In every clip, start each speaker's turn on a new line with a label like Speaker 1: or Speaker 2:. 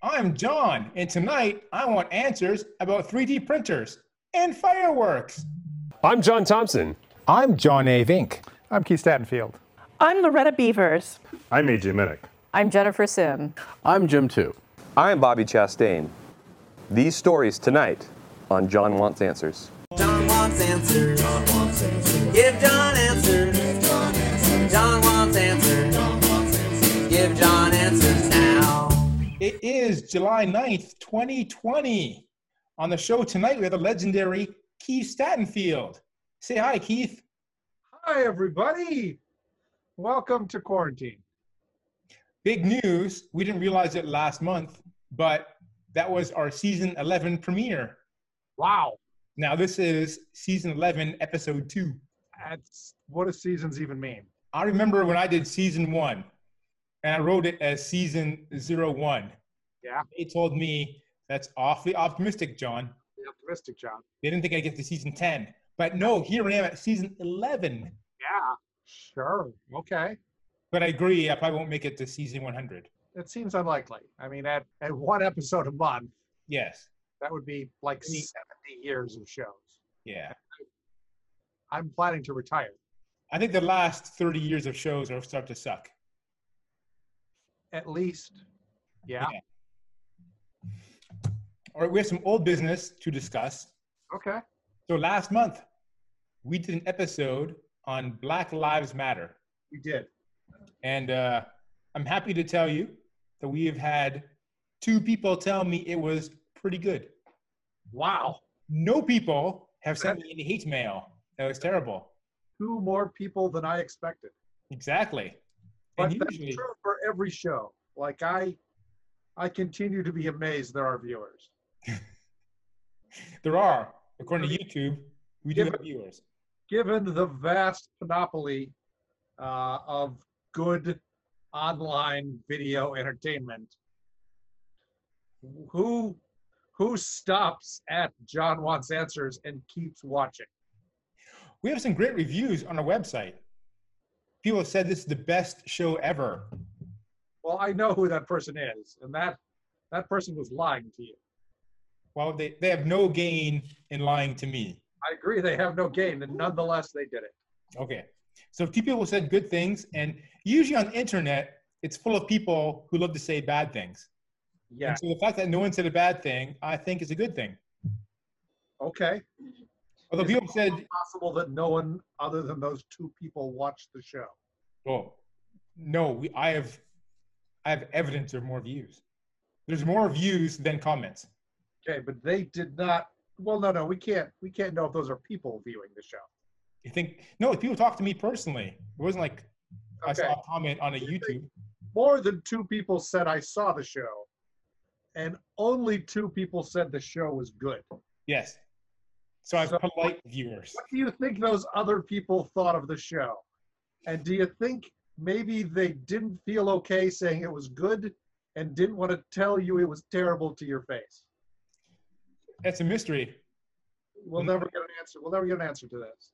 Speaker 1: I'm John, and tonight I want answers about 3D printers and fireworks.
Speaker 2: I'm John Thompson.
Speaker 3: I'm John A. Vink.
Speaker 4: I'm Keith Statenfield.
Speaker 5: I'm Loretta Beavers.
Speaker 6: I'm AJ Minnick.
Speaker 7: I'm Jennifer Sim.
Speaker 8: I'm Jim Too.
Speaker 9: I'm Bobby Chastain. These stories tonight on John Wants Answers.
Speaker 10: John wants answers. John wants answers. Give John answers. Give John answers. John wants answers. John wants answers. Give John answers now.
Speaker 1: It is July 9th, 2020. On the show tonight, we have the legendary Keith Statenfield. Say hi, Keith.
Speaker 4: Hi, everybody. Welcome to quarantine.
Speaker 1: Big news. We didn't realize it last month, but that was our season 11 premiere.
Speaker 4: Wow.
Speaker 1: Now, this is season 11, episode two.
Speaker 4: That's what do seasons even mean?
Speaker 1: I remember when I did season one and I wrote it as season zero one.
Speaker 4: Yeah.
Speaker 1: They told me that's awfully optimistic, John.
Speaker 4: Be optimistic, John.
Speaker 1: They didn't think I'd get to season 10. But no, here I am at season 11.
Speaker 4: Yeah. Sure. Okay.
Speaker 1: But I agree, I probably won't make it to season 100.
Speaker 4: It seems unlikely. I mean, at, at one episode a month,
Speaker 1: Yes.
Speaker 4: that would be like
Speaker 1: Neat.
Speaker 4: 70 years of shows.
Speaker 1: Yeah.
Speaker 4: I'm planning to retire.
Speaker 1: I think the last 30 years of shows are start to suck.
Speaker 4: At least. Yeah.
Speaker 1: Yeah. All right, we have some old business to discuss.
Speaker 4: Okay.
Speaker 1: So last month, we did an episode on Black Lives Matter.
Speaker 4: We did.
Speaker 1: And uh, I'm happy to tell you that we have had two people tell me it was pretty good.
Speaker 4: Wow.
Speaker 1: No people have sent me any hate mail. That was terrible.
Speaker 4: Two more people than I expected.
Speaker 1: Exactly.
Speaker 4: But
Speaker 1: and
Speaker 4: that's
Speaker 1: usually,
Speaker 4: true for every show. Like I, I continue to be amazed there are viewers.
Speaker 1: there are, according to YouTube, we do have viewers.
Speaker 4: Given the vast panoply uh, of good online video entertainment, who who stops at John wants answers and keeps watching?
Speaker 1: We have some great reviews on our website. People have said this is the best show ever.
Speaker 4: Well, I know who that person is, and that that person was lying to you.
Speaker 1: Well, they, they have no gain in lying to me.
Speaker 4: I agree they have no gain, and nonetheless they did it.
Speaker 1: Okay. So two people said good things, and usually on the internet, it's full of people who love to say bad things.
Speaker 4: Yeah.
Speaker 1: And so the fact that no one said a bad thing, I think, is a good thing.
Speaker 4: Okay.
Speaker 1: Although people said,
Speaker 4: possible that no one other than those two people watched the show.
Speaker 1: "Oh, no, we, I have, I have evidence of more views. There's more views than comments."
Speaker 4: Okay, but they did not. Well, no, no, we can't. We can't know if those are people viewing the show.
Speaker 1: You think? No, people talk to me personally. It wasn't like I
Speaker 4: Okay,
Speaker 1: saw a comment on a YouTube.
Speaker 4: more than two people said I saw the show, and only two people said the show was good. What
Speaker 1: Yes. So I have
Speaker 4: So-
Speaker 1: polite viewers.
Speaker 4: do you think those other people thought of the show? And do you think maybe they didn't feel okay saying it was good, and didn't want to tell you it was terrible to your face?
Speaker 1: That's a mystery.
Speaker 4: We'll never get an answer. We'll never get an answer to this.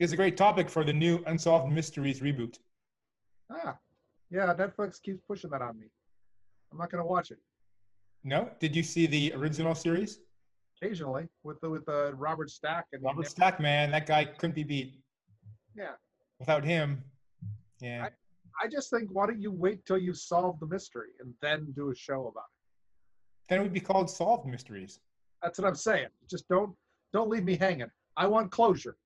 Speaker 1: It's a great topic for the new Unsolved Mysteries reboot.
Speaker 4: Ah, yeah, Netflix keeps pushing that on me. I'm not gonna watch it
Speaker 1: No? Did you see the original series?
Speaker 4: occasionally with the, with the Robert Stack and
Speaker 1: Robert Stack, man, that guy couldn't be beat.
Speaker 4: Yeah.
Speaker 1: Without him, yeah.
Speaker 4: I just think why don't you wait till you solve the mystery and then do a show about it?
Speaker 1: then it would be called Solved Mysteries.
Speaker 4: That's what I'm saying. Just don't don't leave me hanging. I want closure.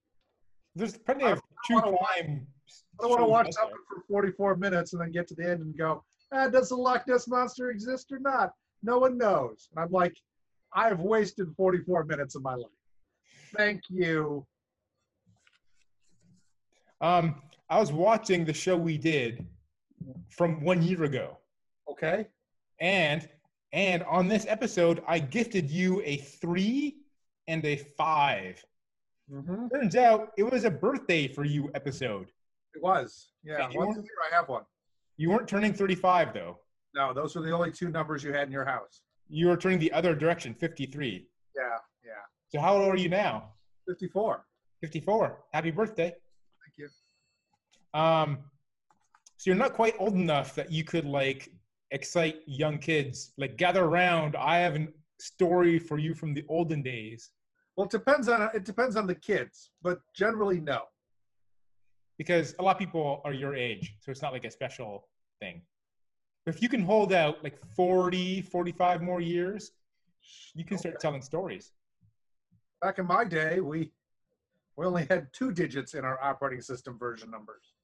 Speaker 1: There's plenty
Speaker 4: I-
Speaker 1: of true
Speaker 4: wanna watch-
Speaker 1: crime.
Speaker 4: I don't want to
Speaker 1: shows
Speaker 4: watch
Speaker 1: out
Speaker 4: something for 44 minutes and then get to the end and go, ah, does the Loch Ness monster exist or not? No one knows. And I'm like, I've wasted 44 minutes of my life. Thank you.
Speaker 1: there. Um, I was watching the show we did from one year ago,
Speaker 4: Okay.
Speaker 1: and and on this episode, I gifted you a three and a five.
Speaker 4: Mm-hmm.
Speaker 1: Turns out it was a birthday for you episode.
Speaker 4: It was. Yeah.
Speaker 1: Did you
Speaker 4: Once a
Speaker 1: want-
Speaker 4: year I have one.
Speaker 1: You weren't turning 35 though.
Speaker 4: No, those were the only two numbers you had in your house.
Speaker 1: You were turning the other direction, 53.
Speaker 4: Yeah, yeah.
Speaker 1: So how old are you now?
Speaker 4: 54.
Speaker 1: 54. Happy birthday.
Speaker 4: Thank you.
Speaker 1: Um, so you're not quite old enough that you could like excite young kids. Like, gather around. I have a story for you from the olden days.
Speaker 4: Well, it depends on it depends on the kids, but generally no.
Speaker 1: Because a lot of people are your age, so it's not like a special thing. But if you can hold out like 40, 45 more years, you can start telling stories.
Speaker 4: Back in my day, we we only had two digits in our operating system version numbers.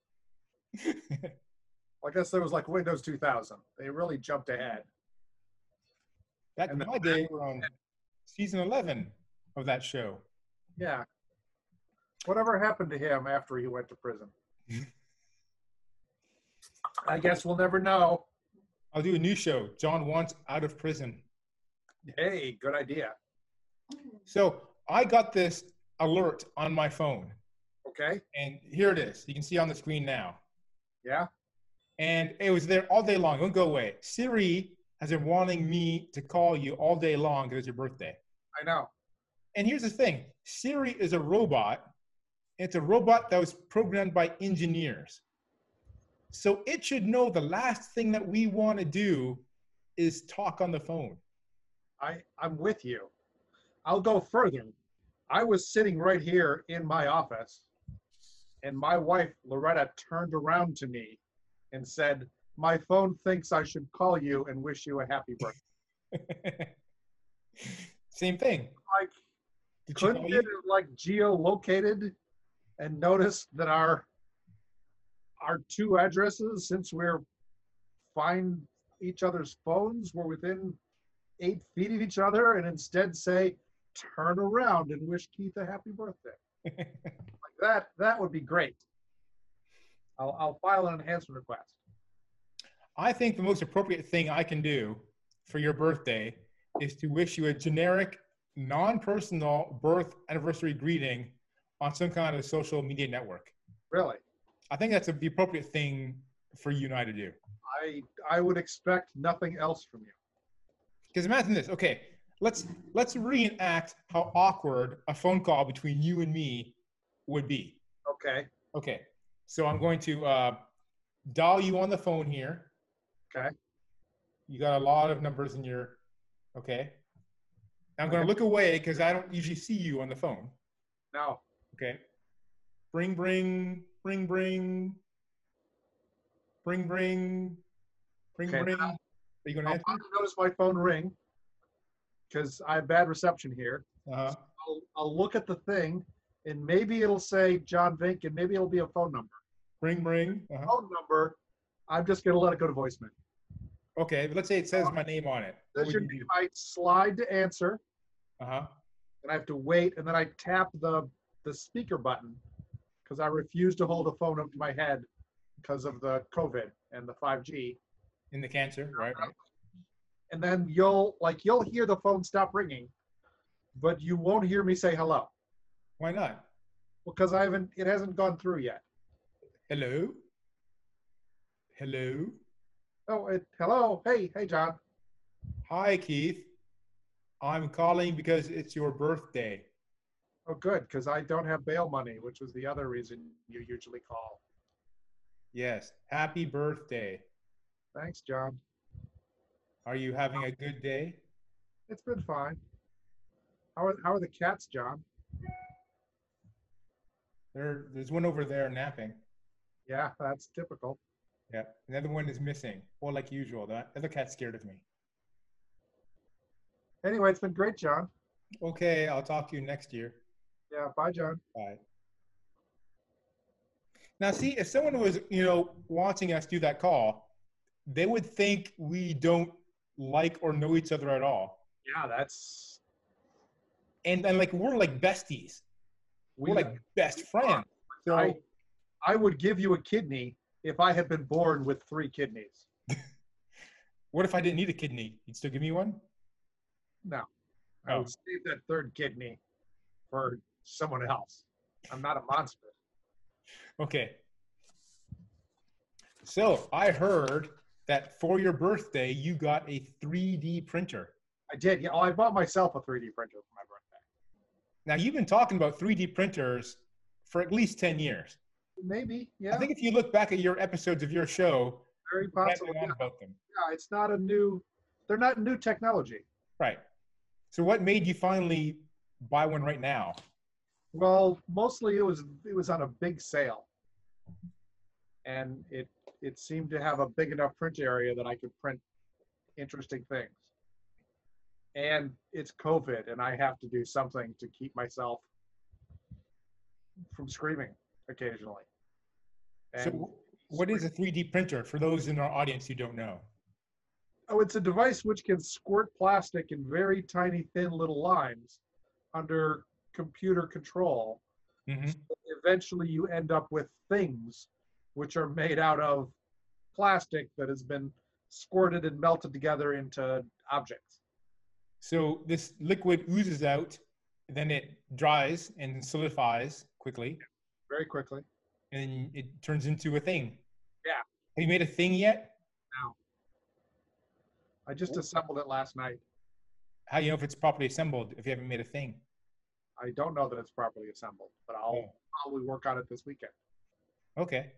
Speaker 4: I guess there was like Windows 2000. They really jumped ahead.
Speaker 1: Back in
Speaker 4: And the-
Speaker 1: my day, we're on season 11 of that show.
Speaker 4: Yeah. Whatever happened to him after he went to prison? I guess we'll never know.
Speaker 1: I'll do a new show, John Wants Out of Prison.
Speaker 4: Hey, good idea.
Speaker 1: So I got this alert on my phone,
Speaker 4: Okay.
Speaker 1: and here it is. You can see on the screen now.
Speaker 4: Yeah.
Speaker 1: And it was there all day long. It won't go away. Siri has been wanting me to call you all day long because it's your birthday.
Speaker 4: I know.
Speaker 1: And here's the thing Siri is a robot. It's a robot that was programmed by engineers. So it should know the last thing that we want to do is talk on the phone.
Speaker 4: I, I'm with you. I'll go further. I was sitting right here in my office, and my wife, Loretta, turned around to me and said, My phone thinks I should call you and wish you a happy birthday.
Speaker 1: Same thing.
Speaker 4: Like,
Speaker 1: Did she
Speaker 4: Couldn't
Speaker 1: call
Speaker 4: it
Speaker 1: you?
Speaker 4: have like geolocated and noticed that our our two addresses, since we're find each other's phones, were within eight feet of each other, and instead say, "Turn around and wish Keith a happy birthday." like that, that would be great. I'll, I'll file an enhancement request.
Speaker 1: I think the most appropriate thing I can do for your birthday is to wish you a generic, non personal birth anniversary greeting on some kind of social media network.
Speaker 4: Really,
Speaker 1: I think that's the appropriate thing for you and I to do.
Speaker 4: I I would expect nothing else from you.
Speaker 1: Because imagine this. Okay, let's let's reenact how awkward a phone call between you and me would be.
Speaker 4: Okay,
Speaker 1: Okay, so I'm going to uh, dial you on the phone here.
Speaker 4: Okay.
Speaker 1: You got a lot of numbers in your. Okay. I'm going to look
Speaker 4: Okay.
Speaker 1: away because I don't usually see you on the phone.
Speaker 4: now
Speaker 1: Okay. Bring, bring, bring, bring, bring, bring, bring,
Speaker 4: Okay, Oh.
Speaker 1: bring.
Speaker 4: now-
Speaker 1: Are you going to
Speaker 4: I'll
Speaker 1: answer?
Speaker 4: probably notice my phone ring because I have bad reception here.
Speaker 1: Uh,
Speaker 4: I'll, I'll look at the thing, and maybe it'll say John Vink, and maybe it'll be a phone number.
Speaker 1: bring, bring. uh
Speaker 4: Phone number. I'm just gonna let it go to voicemail.
Speaker 1: Okay, but let's say it says my name on it. What
Speaker 4: Oh. That
Speaker 1: would
Speaker 4: should
Speaker 1: you
Speaker 4: be
Speaker 1: do?
Speaker 4: my slide to answer,
Speaker 1: Uh-huh.
Speaker 4: and I have to wait, and then I tap the the speaker button because I refuse to hold a phone up to my head because of the COVID and the 5G.
Speaker 1: In the cancer,
Speaker 4: Uh-huh.
Speaker 1: right? right.
Speaker 4: And then you'll like you'll hear the phone stop ringing, but you won't hear me say hello
Speaker 1: Why not?
Speaker 4: because I haven't it hasn't gone through yet.
Speaker 1: Hello? Hello?
Speaker 4: Oh, it, hello. Hey, hey, John.
Speaker 1: Hi, Keith. I'm calling because it's your birthday.
Speaker 4: Oh, good, because I don't have bail money, which was the other reason you usually call.
Speaker 1: Yes. Happy birthday.
Speaker 4: Thanks, John.
Speaker 1: Are you having a good day?
Speaker 4: It's been fine. How are, how are the cats, John?
Speaker 1: There, there's one over there napping.
Speaker 4: Yeah, that's typical.
Speaker 1: Yeah. Another one is missing. Well, like usual, the other cat's scared of me.
Speaker 4: Anyway, it's been great, John.
Speaker 1: Okay, I'll talk to you next year.
Speaker 4: Yeah, bye, John.
Speaker 1: Right. Now, see, if someone was, you know, watching us do that call, they would think we don't like or know each other at all,
Speaker 4: Yeah, that's
Speaker 1: and and like we're like besties,
Speaker 4: we.
Speaker 1: we're like best friends. So
Speaker 4: I, I would give you a kidney if I had been born with three kidneys.
Speaker 1: what if I didn't need a kidney? You'd still give me one?
Speaker 4: I
Speaker 1: Oh.
Speaker 4: would save that third kidney for someone else. I'm not a monster.
Speaker 1: Oh, Okay. So I heard that for your birthday you got a 3D printer.
Speaker 4: I did. Yeah, oh, I bought myself a 3D printer for my birthday.
Speaker 1: Now you've been talking about 3D printers for at least 10 years.
Speaker 4: Maybe. Yeah.
Speaker 1: I think if you look back at your episodes of your show,
Speaker 4: Very
Speaker 1: Chatting
Speaker 4: possible.
Speaker 1: on
Speaker 4: Yeah,
Speaker 1: about them.
Speaker 4: yeah, it's not a new. They're not new technology.
Speaker 1: Right. So what made you finally buy one right now?
Speaker 4: Well, mostly it was it was on a big sale, and it it seemed to have a big enough print area that I could print interesting things. And it's COVID, and I have to do something to keep myself from screaming occasionally. And
Speaker 1: So what is a 3D printer for those in our audience who don't know?
Speaker 4: oh, it's a device which can squirt plastic in very tiny, thin little lines under computer control
Speaker 1: Mhm.
Speaker 4: eventually you end up with things which are made out of plastic that has been squirted and melted together into objects.
Speaker 1: So this liquid oozes out, then it dries and solidifies quickly,
Speaker 4: Very quickly.
Speaker 1: and it turns into a thing.
Speaker 4: Yeah.
Speaker 1: Have you made a thing yet?
Speaker 4: I just assembled it last night.
Speaker 1: How do you know if it's properly assembled if you haven't made a thing?
Speaker 4: I don't know that it's properly assembled, but I'll
Speaker 1: Yeah.
Speaker 4: probably work on it this weekend.
Speaker 1: Okay.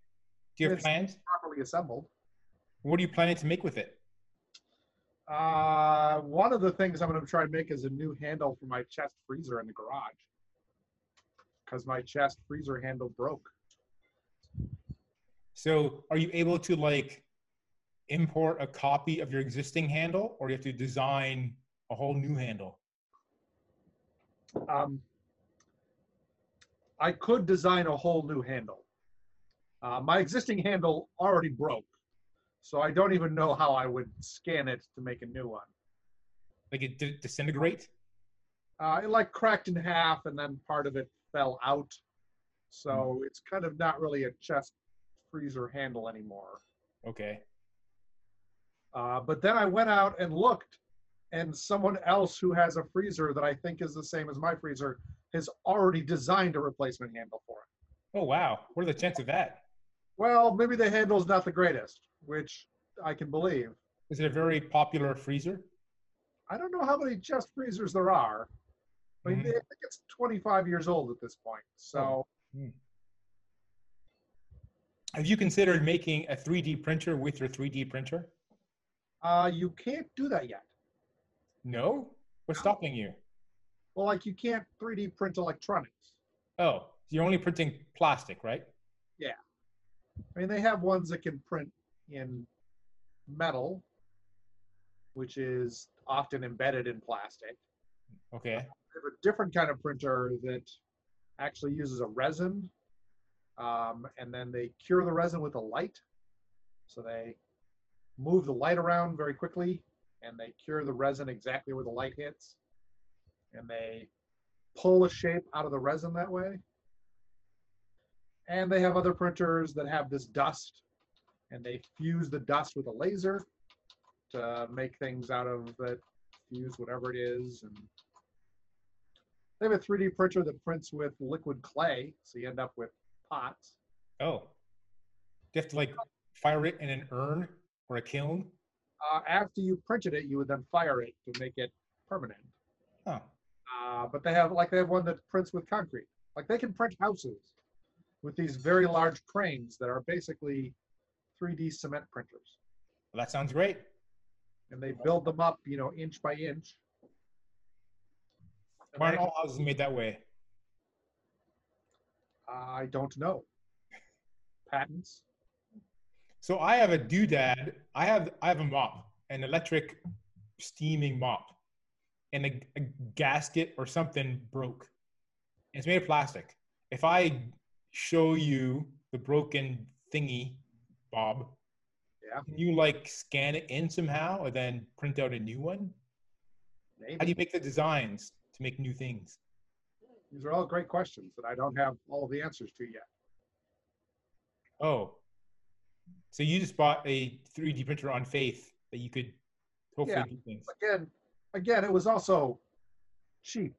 Speaker 1: Do you have
Speaker 4: Yes.
Speaker 1: plans?
Speaker 4: Properly assembled.
Speaker 1: What are you planning to make with it?
Speaker 4: Uh, one of the things I'm going to try and make is a new handle for my chest freezer in the garage because my chest freezer handle broke.
Speaker 1: So are you able to like import a copy of your existing handle or you have to design a whole new handle?
Speaker 4: um, I could design a whole new handle. Uh, my existing handle already broke, so I don't even know how I would scan it to make a new one.
Speaker 1: Like it did it disintegrate?
Speaker 4: Uh, it like cracked in half, and then part of it fell out, so it's kind of not really a chest freezer handle anymore.
Speaker 1: Okay.
Speaker 4: Uh, but then I went out and looked, and someone else who has a freezer that I think is the same as my freezer has already designed a replacement handle for it.
Speaker 1: Oh wow. What are the chances of that?
Speaker 4: Well, maybe the handle's not the greatest, which I can believe.
Speaker 1: Is it a very popular freezer?
Speaker 4: I don't know how many chest freezers there are. I mean,
Speaker 1: Mhm.
Speaker 4: I think it's 25 years old at this point. So
Speaker 1: Have you considered making a 3D printer with your 3D printer?
Speaker 4: uh, you can't do that yet.
Speaker 1: No? What's stopping you?
Speaker 4: Well, like you can't 3D print electronics.
Speaker 1: Oh, you're only printing plastic, right?
Speaker 4: I mean, they have ones that can print in metal, which is often embedded in plastic.
Speaker 1: Okay.
Speaker 4: I have a different kind of printer that actually uses a resin, um, and then they cure the resin with a light. So they move the light around very quickly, and they cure the resin exactly where the light hits, and they pull a shape out of the resin that way. And they have other printers that have this dust, and they fuse the dust with a laser to make things out of that fuse whatever it is and they have a 3D printer that prints with liquid clay, so you end up with pots.
Speaker 1: Oh. Do you have to like fire it in an urn or a kiln?
Speaker 4: Uh, after you printed it, you would then fire it to make it permanent.
Speaker 1: Huh.
Speaker 4: Uh, but they have like they have one that prints with concrete. Like they can print houses with these very large cranes that are basically 3D cement printers,
Speaker 1: Well, that sounds great.
Speaker 4: and they build them up, you know, inch by inch. And
Speaker 1: Why
Speaker 4: they-
Speaker 1: aren't all houses made that way?
Speaker 4: uh, I don't know. Patents.
Speaker 1: So I have a doodad. I have I have a mop, an electric steaming mop, and a, a gasket or something broke. It's made of plastic. If I show you the broken thingy, Bob,
Speaker 4: Yeah.
Speaker 1: can you like scan it in somehow and then print out a new one?
Speaker 4: Maybe.
Speaker 1: How do you make the designs to make new things?
Speaker 4: These are all great questions that I don't have all the answers to yet.
Speaker 1: Oh, so you just bought a 3D printer on faith that you could hopefully
Speaker 4: Yeah.
Speaker 1: do things.
Speaker 4: again, again, it was also cheap.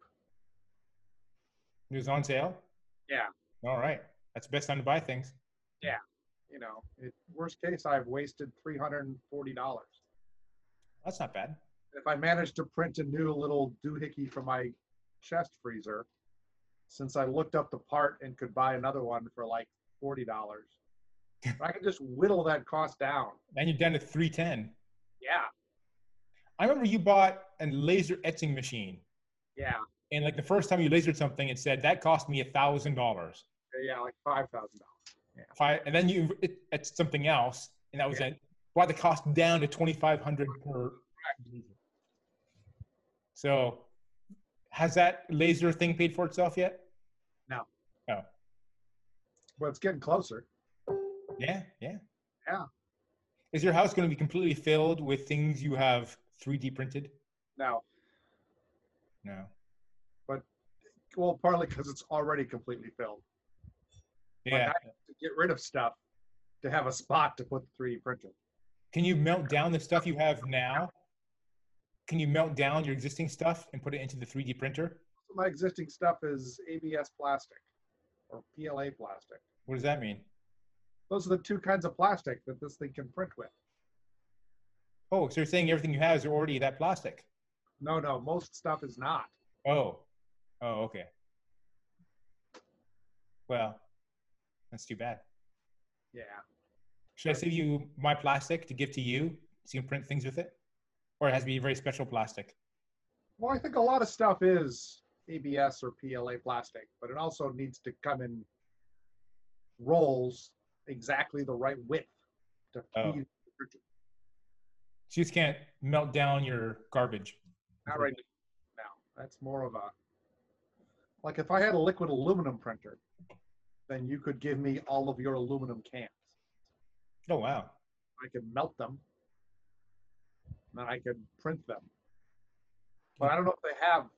Speaker 1: It was on sale?
Speaker 4: Yeah.
Speaker 1: All right. That's the best time to buy things.
Speaker 4: You know, it, worst case, I've wasted three hundred and forty dollars.
Speaker 1: That's not bad.
Speaker 4: If I managed to print a new little doohickey for my chest freezer, since I looked up the part and could buy another one for like forty dollars, I can just whittle that cost down.
Speaker 1: and you're down to 310.
Speaker 4: Yeah,
Speaker 1: I remember you bought a laser etching machine.
Speaker 4: yeah,
Speaker 1: And like the first time you lasered something, it said that cost me a thousand dollars.
Speaker 4: yeah, like five thousand dollars.
Speaker 1: And then you it, etched something else, and that was
Speaker 4: Yeah.
Speaker 1: it. Brought the cost down to twenty five hundred per. So, has that laser thing paid for itself yet?
Speaker 4: Well, it's getting closer.
Speaker 1: Yeah, yeah,
Speaker 4: Yeah.
Speaker 1: Is your house going to be completely filled with things you have three D printed?
Speaker 4: No,
Speaker 1: No.
Speaker 4: well, partly because it's already completely filled.
Speaker 1: Yeah.
Speaker 4: I- To get rid of stuff, to have a spot to put the three D printer.
Speaker 1: Can you melt down the stuff you have now? Can you melt down your existing stuff and put it into the three D printer?
Speaker 4: My existing stuff is ABS plastic or PLA plastic.
Speaker 1: What does that mean?
Speaker 4: Those are the two kinds of plastic that this thing can print with.
Speaker 1: Oh, so you're saying everything you have is already that plastic?
Speaker 4: No, no, most stuff is not.
Speaker 1: Oh, oh, okay. Well, that's too bad.
Speaker 4: Yeah.
Speaker 1: Should I save you my plastic to give to you so you can print things with it, or it has to be very special plastic?
Speaker 4: Well, I think a lot of stuff is ABS or PLA plastic, but it also needs to come in rolls exactly the right width to
Speaker 1: Oh.
Speaker 4: feed.
Speaker 1: So you just can't melt down your garbage.
Speaker 4: Not right now. That's more of a like if I had a liquid aluminum printer, then you could give me all of your aluminum cans.
Speaker 1: Oh wow,
Speaker 4: I could melt them, and then I could print them. But I don't know if they have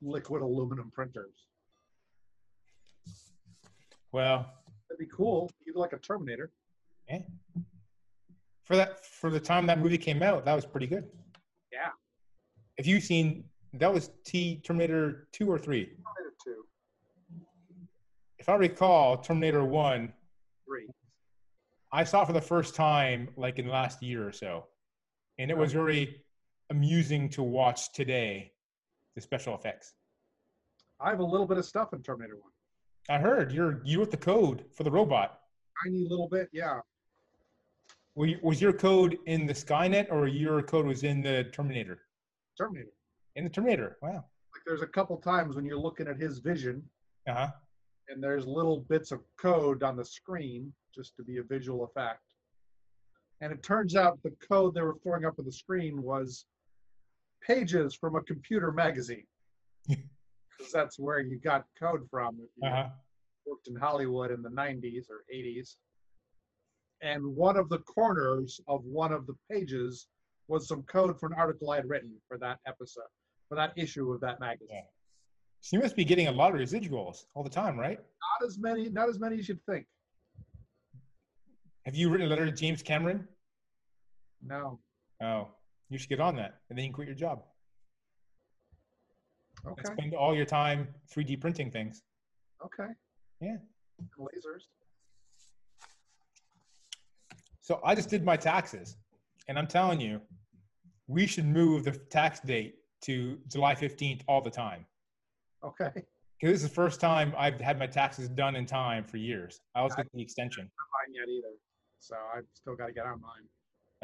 Speaker 4: liquid aluminum printers.
Speaker 1: well,
Speaker 4: That'd be cool. You'd like a Terminator.
Speaker 1: for that for the time that movie came out, that was pretty good.
Speaker 4: Yeah.
Speaker 1: If you've seen that was T Terminator two or three.
Speaker 4: Terminator two,
Speaker 1: If I recall, Terminator one,
Speaker 4: three.
Speaker 1: I saw it for the first time like in the last year or so, and it was very amusing to watch today. The special effects.
Speaker 4: I have a little bit of stuff in Terminator one.
Speaker 1: I heard you're you wrote the code for the robot.
Speaker 4: Tiny little bit, yeah.
Speaker 1: Were you- Was your code in the Skynet or your code was in the Terminator?
Speaker 4: Terminator.
Speaker 1: In the Terminator. Wow.
Speaker 4: Like there's a couple times when you're looking at his vision
Speaker 1: Uh huh.
Speaker 4: and there's little bits of code on the screen just to be a visual effect. And it turns out the code they were throwing up on the screen was pages from a computer magazine. Because that's where you got code from. if you
Speaker 1: Uh huh.
Speaker 4: worked in Hollywood in the 90s or 80s. And one of the corners of one of the pages was some code for an article I had written for that episode, for that issue of that magazine.
Speaker 1: Yeah. So you must be getting a lot of residuals all the time, right?
Speaker 4: Not as many, not as many as you'd think.
Speaker 1: Have you written a letter to James Cameron?
Speaker 4: No.
Speaker 1: Oh, you should get on that, and then you can quit your job and
Speaker 4: Okay.
Speaker 1: spend all your time 3D printing things.
Speaker 4: Okay.
Speaker 1: Yeah.
Speaker 4: Lasers.
Speaker 1: So I just did my taxes, and I'm telling you, we should move the tax date to July 15th all the time.
Speaker 4: Okay.
Speaker 1: Because this is the first time I've had my taxes done in time for years. I always get the extension.
Speaker 4: Mine yet either. So I've still got to get on mine.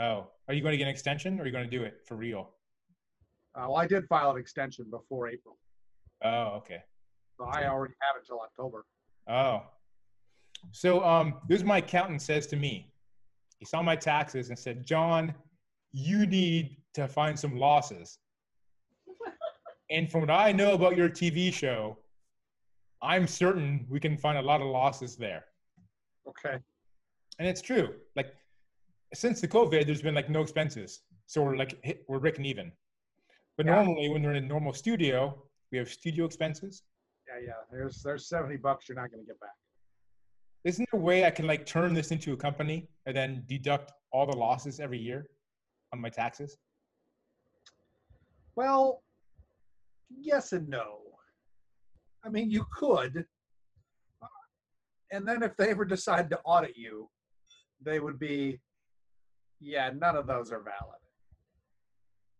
Speaker 1: Oh, are you going to get an extension or are you going to do it for real?
Speaker 4: Uh, well, I did file an extension before April,
Speaker 1: Oh, okay.
Speaker 4: so I already have it till October.
Speaker 1: Oh. So um, this is my accountant says to me. He saw my taxes and said, John, you need to find some losses. and from what I know about your TV show, I'm certain we can find a lot of losses there.
Speaker 4: Okay.
Speaker 1: And it's true. Like since the COVID, there's been like no expenses, so we're like hit, we're breaking even. But
Speaker 4: Yeah.
Speaker 1: normally, when we're in a normal studio, we have studio expenses.
Speaker 4: Yeah, yeah. There's there's 70 bucks you're not going to get back.
Speaker 1: Isn't there a way I can like turn this into a company and then deduct all the losses every year on my taxes?
Speaker 4: Well, yes and no. I mean, you could. And then if they ever decide to audit you, they would be, yeah, none of those are valid.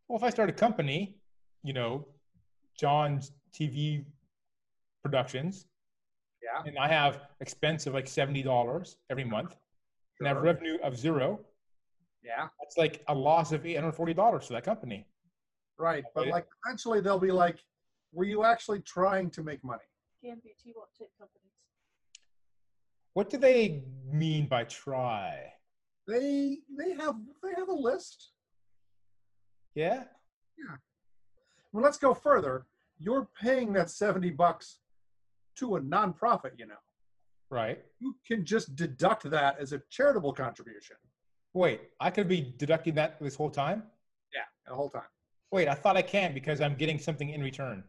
Speaker 1: Well, if I start a company, you know, John's TV Productions,
Speaker 4: Yeah.
Speaker 1: and I have expense of like seventy dollars every month, and have revenue of zero,
Speaker 4: Yeah,
Speaker 1: that's like a loss of eight hundred forty dollars to that company.
Speaker 4: right. But
Speaker 1: Yeah.
Speaker 4: like eventually they'll be like, were you actually trying to make money?
Speaker 5: GMBT won't take companies.
Speaker 1: What do they mean by try?
Speaker 4: They they have they have a list.
Speaker 1: Yeah,
Speaker 4: Well, let's go further. You're paying that 70 bucks to a nonprofit, you know.
Speaker 1: right.
Speaker 4: You can just deduct that as a charitable contribution.
Speaker 1: Wait, I could be deducting that this whole time.
Speaker 4: Yeah. The whole time.
Speaker 1: Wait, I thought I can because I'm getting something in return,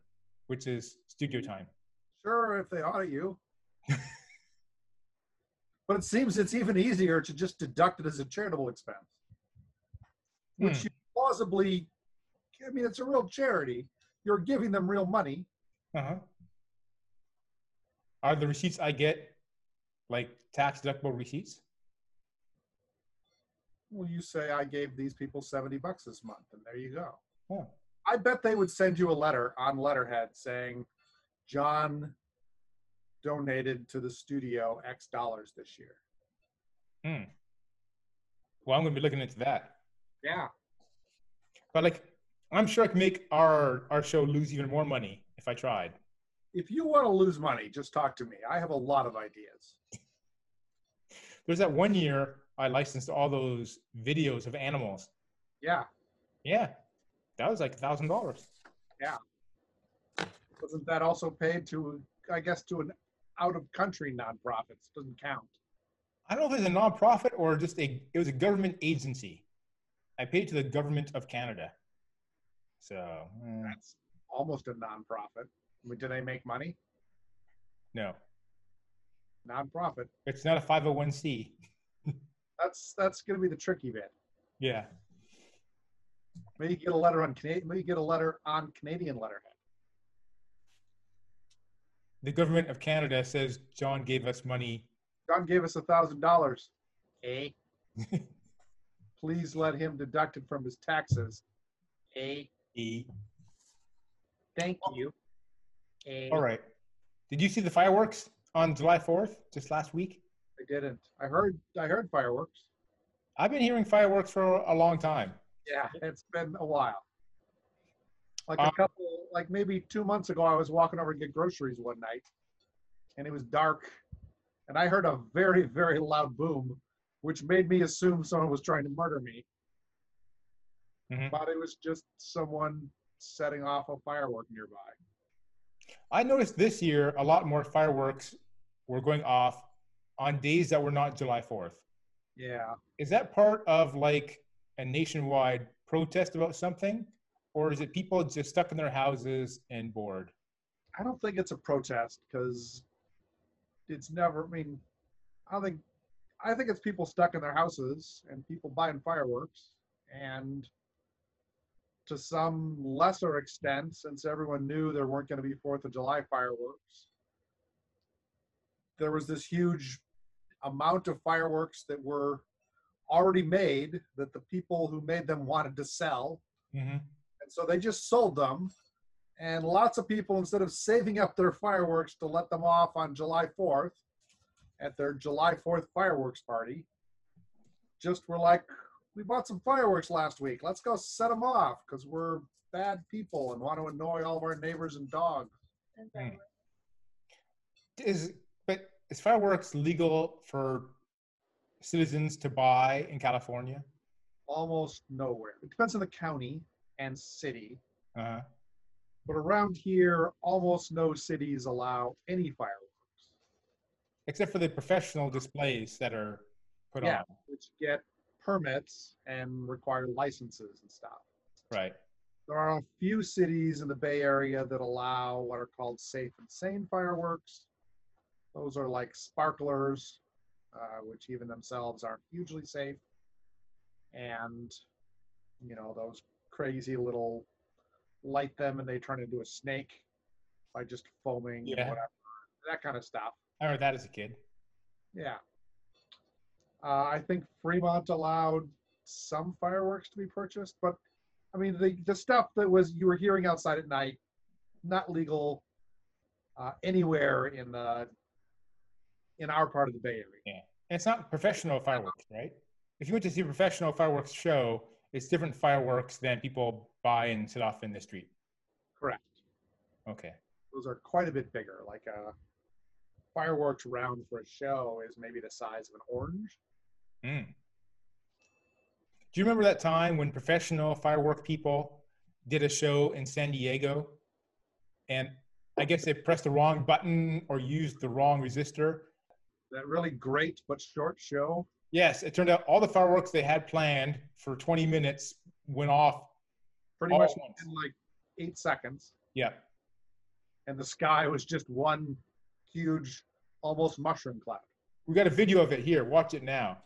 Speaker 1: which is studio time.
Speaker 4: Sure, if they audit you. but it seems it's even easier to just deduct it as a charitable expense, which
Speaker 1: Hmm.
Speaker 4: you plausibly, I mean, it's a real charity. You're giving them real money.
Speaker 1: Uh-huh. Are the receipts I get like tax deductible receipts?
Speaker 4: Well, you say, I gave these people 70 bucks this month, and there you go.
Speaker 1: Oh,
Speaker 4: I bet they would send you a letter on letterhead saying, John donated to the studio X dollars this year.
Speaker 1: hmm. Well, I'm gonna be looking into that.
Speaker 4: Yeah.
Speaker 1: But like, I'm sure I could make our our show lose even more money if I tried.
Speaker 4: If you want to lose money, just talk to me. I have a lot of ideas.
Speaker 1: There's that one year I licensed all those videos of animals.
Speaker 4: Yeah.
Speaker 1: Yeah, that was like a thousand dollars.
Speaker 4: Wasn't that also paid to, I guess, to an out of country nonprofit? Doesn't count.
Speaker 1: I don't know if it was a nonprofit or just a it was a government agency. I paid to the government of Canada. So mm,
Speaker 4: That's almost a nonprofit. I mean, do they make money?
Speaker 1: no,
Speaker 4: Nonprofit.
Speaker 1: it's not a 501c.
Speaker 4: That's that's going to be the tricky bit.
Speaker 1: Yeah.
Speaker 4: Maybe you get a letter on Canadian. Maybe you get a letter on Canadian letterhead.
Speaker 1: The government of Canada says John gave us money.
Speaker 4: John gave us a thousand dollars. Eh? Please let him deduct it from his taxes. Eh?
Speaker 1: E.
Speaker 4: Thank you. Eh?
Speaker 1: All right. Did you see the fireworks on July 4th just last week?
Speaker 4: I didn't. I heard. I heard fireworks.
Speaker 1: I've been hearing fireworks for a long time.
Speaker 4: Yeah, it's been a while. Like
Speaker 1: Um,
Speaker 4: a couple, like maybe two months ago, I was walking over to get groceries one night, and it was dark, and I heard a very, very loud boom, which made me assume someone was trying to murder me.
Speaker 1: Mhm.
Speaker 4: But it was just someone setting off a firework nearby.
Speaker 1: I noticed this year a lot more fireworks were going off on days that were not July 4th.
Speaker 4: Yeah,
Speaker 1: Is that part of like a nationwide protest about something? Or is it people just stuck in their houses and bored?
Speaker 4: I don't think it's a protest because it's never. I mean, I don't think. I think it's people stuck in their houses and people buying fireworks, and to some lesser extent, since everyone knew there weren't going to be Fourth of July fireworks, there was this huge amount of fireworks that were already made that the people who made them wanted to sell
Speaker 1: Mm-hmm.
Speaker 4: and so they just sold them. And lots of people, instead of saving up their fireworks to let them off on July 4th at their July 4th fireworks party, just were like, we bought some fireworks last week. Let's go set them off because we're bad people and want to annoy all of our neighbors and dogs.
Speaker 5: And
Speaker 1: Hmm. Is but is fireworks legal for citizens to buy in California?
Speaker 4: Almost nowhere. It depends on the county and city.
Speaker 1: Uh,
Speaker 4: But around here, almost no cities allow any fireworks,
Speaker 1: except for the professional displays that are put
Speaker 4: Yeah.
Speaker 1: on,
Speaker 4: which get permits and require licenses and stuff.
Speaker 1: right?
Speaker 4: There are a few cities in the Bay Area that allow what are called safe and sane fireworks. Those are like sparklers, uh, which even themselves aren't hugely safe. And, you know, those crazy little light them and they turn into a snake by just foaming and
Speaker 1: Yeah.
Speaker 4: whatever, that kind of stuff.
Speaker 1: I remember that as a kid.
Speaker 4: Yeah. Uh, I think Fremont allowed some fireworks to be purchased, but I mean the the stuff that was you were hearing outside at night, not legal uh, anywhere in the in our part of the Bay Area.
Speaker 1: And it's not professional fireworks, right? If you went to see a professional fireworks show, it's different fireworks than people buy and set off in the street.
Speaker 4: Correct.
Speaker 1: Okay.
Speaker 4: Those are quite a bit bigger. Like a fireworks round for a show is maybe the size of an orange.
Speaker 1: Mm. Do you remember that time when professional firework people did a show in San Diego? And I guess they pressed the wrong button or used the wrong resistor.
Speaker 4: That really great but short show.
Speaker 1: Yes, it turned out all the fireworks they had planned for 20 minutes went off.
Speaker 4: Pretty
Speaker 1: All
Speaker 4: much
Speaker 1: at once.
Speaker 4: in like eight seconds.
Speaker 1: Yeah.
Speaker 4: And the sky was just one huge, almost mushroom cloud.
Speaker 1: We got a video of it here. Watch it now.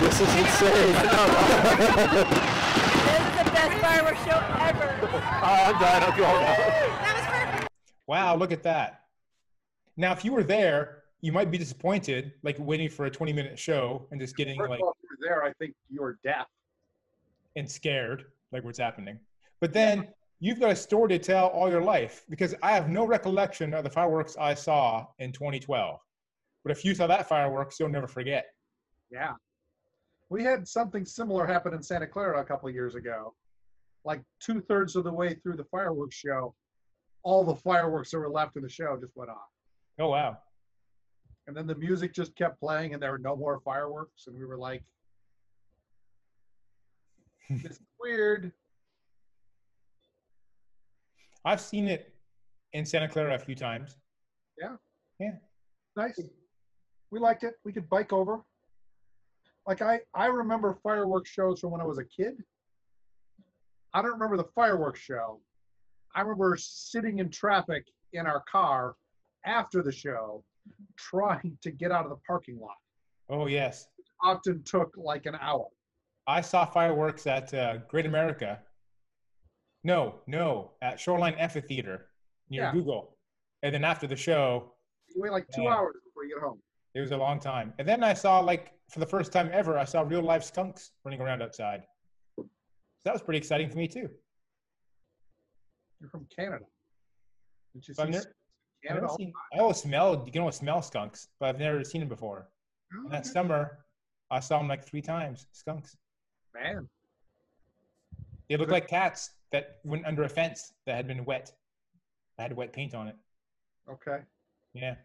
Speaker 3: This is insane.
Speaker 5: This is the best fireworks show ever.
Speaker 3: I'm done. I'm going now.
Speaker 1: Wow, look at that. Now, if you were there, you might be disappointed, like waiting for a 20 minute show and just getting
Speaker 4: First
Speaker 1: like
Speaker 4: of all, if you were there, I think you're deaf.
Speaker 1: and scared, like what's happening. But then you've got a story to tell all your life because I have no recollection of the fireworks I saw in 2012. But if you saw that fireworks, you'll never forget.
Speaker 4: Yeah. We had something similar happen in Santa Clara a couple of years ago. Like two thirds of the way through the fireworks show, all the fireworks that were left in the show just went off.
Speaker 1: Oh, wow.
Speaker 4: And then the music just kept playing and there were no more fireworks. And we were like, this is weird.
Speaker 1: I've seen it in Santa Clara a few times.
Speaker 4: Nice. We liked it. We could bike over. Like I, I remember fireworks shows from when I was a kid. I don't remember the fireworks show. I remember sitting in traffic in our car after the show, trying to get out of the parking lot.
Speaker 1: Oh, yes.
Speaker 4: Often took like an hour.
Speaker 1: I saw fireworks at uh, Great America. No, no, at Shoreline Amphitheater near
Speaker 4: Yeah.
Speaker 1: Google. And then after the show,
Speaker 4: You wait like two
Speaker 1: Yeah.
Speaker 4: hours before you get home.
Speaker 1: It was a long time. And then I saw, like, for the first time ever, I saw real life skunks running around outside. So that was pretty exciting for me, too.
Speaker 4: You're from Canada. Did you see
Speaker 1: I've never-
Speaker 4: skunks in
Speaker 1: I,
Speaker 4: Canada?
Speaker 1: don't see, I always smell, you can always smell skunks, but I've never seen them before.
Speaker 4: Oh,
Speaker 1: And that summer, I saw them like three times skunks.
Speaker 4: man,
Speaker 1: They looked like cats that went under a fence that had been wet, that had wet paint on it.
Speaker 4: okay.
Speaker 1: Yeah.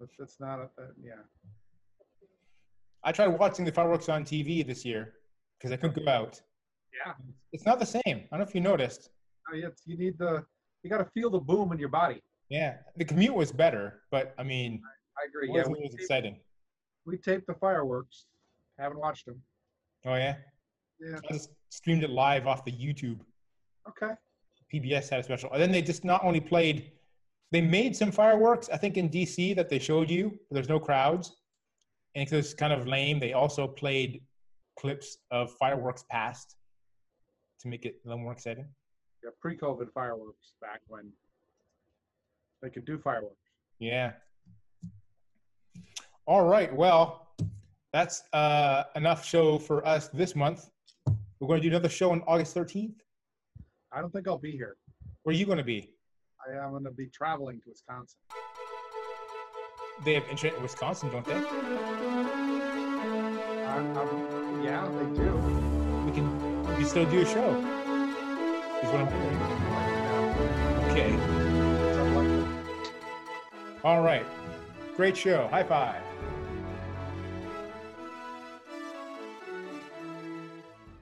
Speaker 4: That's, that's not a, that, yeah.
Speaker 1: I tried watching the fireworks on TV this year because I couldn't go out.
Speaker 4: Yeah.
Speaker 1: It's not the same. I don't know if you noticed.
Speaker 4: No, You, you need the, you got to feel the boom in your body.
Speaker 1: Yeah. The commute was better, but I mean,
Speaker 4: I agree.
Speaker 1: it
Speaker 4: Yeah,
Speaker 1: wasn't
Speaker 4: we
Speaker 1: as
Speaker 4: taped,
Speaker 1: exciting.
Speaker 4: we taped the fireworks. Haven't watched them.
Speaker 1: Oh yeah,
Speaker 4: Yeah.
Speaker 1: I just streamed it live off the YouTube.
Speaker 4: Okay.
Speaker 1: PBS had a special, and then they just not only played, they made some fireworks. I think in DC that they showed you. But there's no crowds, and because it's kind of lame, they also played clips of fireworks past to make it a little more exciting.
Speaker 4: Yeah, pre-COVID fireworks back when they could do fireworks.
Speaker 1: Yeah. All right. Well, that's uh, enough show for us this month. We're going to do another show on August 13th.
Speaker 4: I don't think I'll be here.
Speaker 1: Where are you going to be?
Speaker 4: I am going to be traveling to Wisconsin.
Speaker 1: They have internet in Wisconsin, don't they?
Speaker 4: I'm, I'm, yeah, they do.
Speaker 1: We can we can still do a show. Is what I'm hearing.
Speaker 4: Yeah,
Speaker 1: Okay.
Speaker 4: so like,
Speaker 1: All right. Great show. High five.